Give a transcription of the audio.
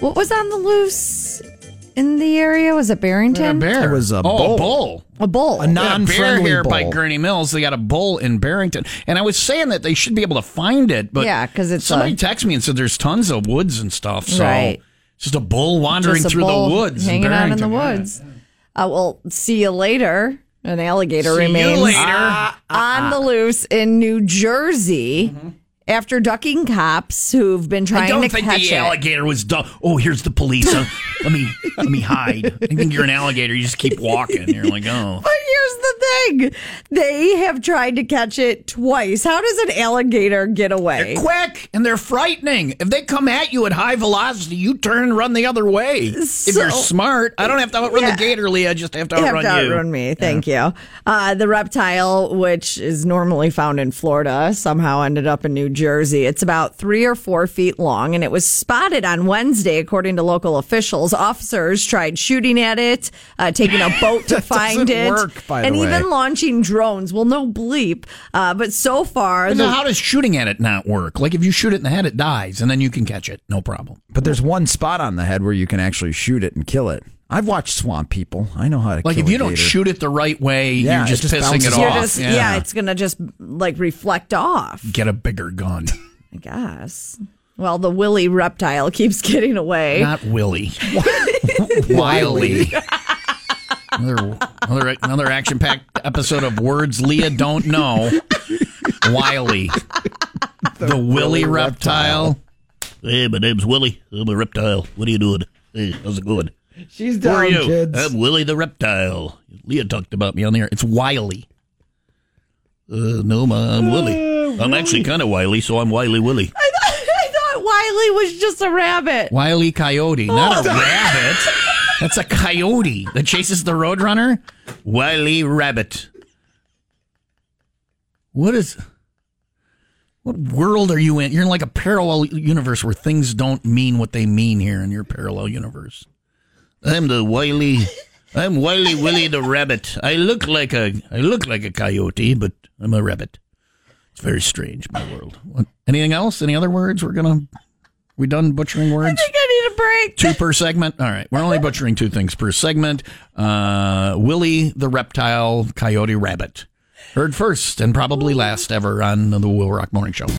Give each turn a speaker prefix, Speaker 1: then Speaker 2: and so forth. Speaker 1: What was on the loose in the area? Was it
Speaker 2: A
Speaker 1: Barrington?
Speaker 2: bear.
Speaker 3: It was a
Speaker 2: oh,
Speaker 3: bull.
Speaker 2: A bull.
Speaker 1: A bull.
Speaker 3: A
Speaker 2: Yeah, bear
Speaker 3: non-friendly
Speaker 2: here by
Speaker 3: bull.
Speaker 2: Gurney Mills. They got a bull in Barrington, and I was saying that they should be able to find it, but
Speaker 1: Yeah, 'cause it's
Speaker 2: somebody
Speaker 1: a-
Speaker 2: texted me and said there's tons of woods and stuff. So
Speaker 1: Right.
Speaker 2: it's just a bull wandering
Speaker 1: Just a
Speaker 2: through
Speaker 1: bull
Speaker 2: the woods, in
Speaker 1: hanging out in the
Speaker 2: Barrington.
Speaker 1: woods. Uh, well, see you later. An alligator
Speaker 2: See you
Speaker 1: remains
Speaker 2: later. Ah,
Speaker 1: on the loose in New Jersey after ducking cops who've been trying
Speaker 2: Mm-hmm. I don't
Speaker 1: to
Speaker 2: think
Speaker 1: catch
Speaker 2: the
Speaker 1: it.
Speaker 2: alligator was dumb. Oh, here's the police. Uh, let me let me hide. I think you're an alligator. You just keep walking. You're like, oh,
Speaker 1: But here's the thing: they have tried to catch it twice. How does an alligator get away?
Speaker 2: quick, and they're frightening. If they come at you at high velocity, you turn and run the other way. if you're
Speaker 1: So-
Speaker 2: smart, I don't have to outrun
Speaker 1: Yeah.
Speaker 2: the gator, Leah. I just have to
Speaker 1: You
Speaker 2: outrun
Speaker 1: have to
Speaker 2: you.
Speaker 1: outrun me. Thank you. Uh, the reptile, which is normally found in Florida, somehow ended up in New Jersey. It's about three or four feet long, and it was spotted on Wednesday, according to local officials. Officers tried shooting at it, uh, taking a boat to find
Speaker 3: doesn't
Speaker 1: it,
Speaker 3: work, by the
Speaker 1: and
Speaker 3: way.
Speaker 1: even launching drones. Well, no bleep. Uh, but so far,
Speaker 2: So
Speaker 1: the-
Speaker 2: how does shooting at it not work? Like if you shoot it in the head, it dies, and then you can catch it, no problem.
Speaker 3: But there's one spot on the head where you can actually shoot it and kill it. I've watched Swamp People. I know how to
Speaker 2: Like
Speaker 3: kill
Speaker 2: if
Speaker 3: a
Speaker 2: you don't
Speaker 3: gator.
Speaker 2: shoot it the right way,
Speaker 3: Yeah,
Speaker 2: you're
Speaker 3: it
Speaker 2: just,
Speaker 3: just
Speaker 2: pissing
Speaker 3: bounces
Speaker 2: it
Speaker 3: off.
Speaker 1: you're
Speaker 2: off.
Speaker 1: just, yeah. it's going to just like reflect off.
Speaker 2: get a bigger gun,
Speaker 1: I guess. Well, the willy reptile keeps getting away.
Speaker 2: not Willy. Wiley. another another, another action packed episode of words Leah don't know. Wiley, the, Willy reptile.
Speaker 4: Hey, my name's Willie. I'm a reptile. What are you doing? Hey, how's it going?
Speaker 3: She's
Speaker 4: Who are
Speaker 3: down,
Speaker 4: you?
Speaker 3: kids.
Speaker 4: I'm Willie the reptile. Leah talked about me on the air.
Speaker 2: It's Wiley.
Speaker 4: Uh, no, ma, I'm Willie. I'm actually kind of wily, so I'm Wiley Willie.
Speaker 1: I, th- I thought Wiley was just a rabbit.
Speaker 2: Wiley E. Coyote, not a rabbit. That's a coyote that chases the roadrunner. Wiley Rabbit. What is. What world are you in? You're in like a parallel universe where things don't mean what they mean here in your parallel universe.
Speaker 4: I'm the
Speaker 2: E.
Speaker 4: Wiley. I'm Wiley Willie the rabbit. I look like a I look like a coyote, but I'm a rabbit. It's very strange, my world.
Speaker 2: What- Anything else? Any other words? We're gonna. We done butchering words?
Speaker 1: I think I need a break.
Speaker 2: two per segment. All right, we're only butchering two things per segment. Uh, Willie the reptile, coyote rabbit, heard first and probably last ever on the Will Rock Morning Show.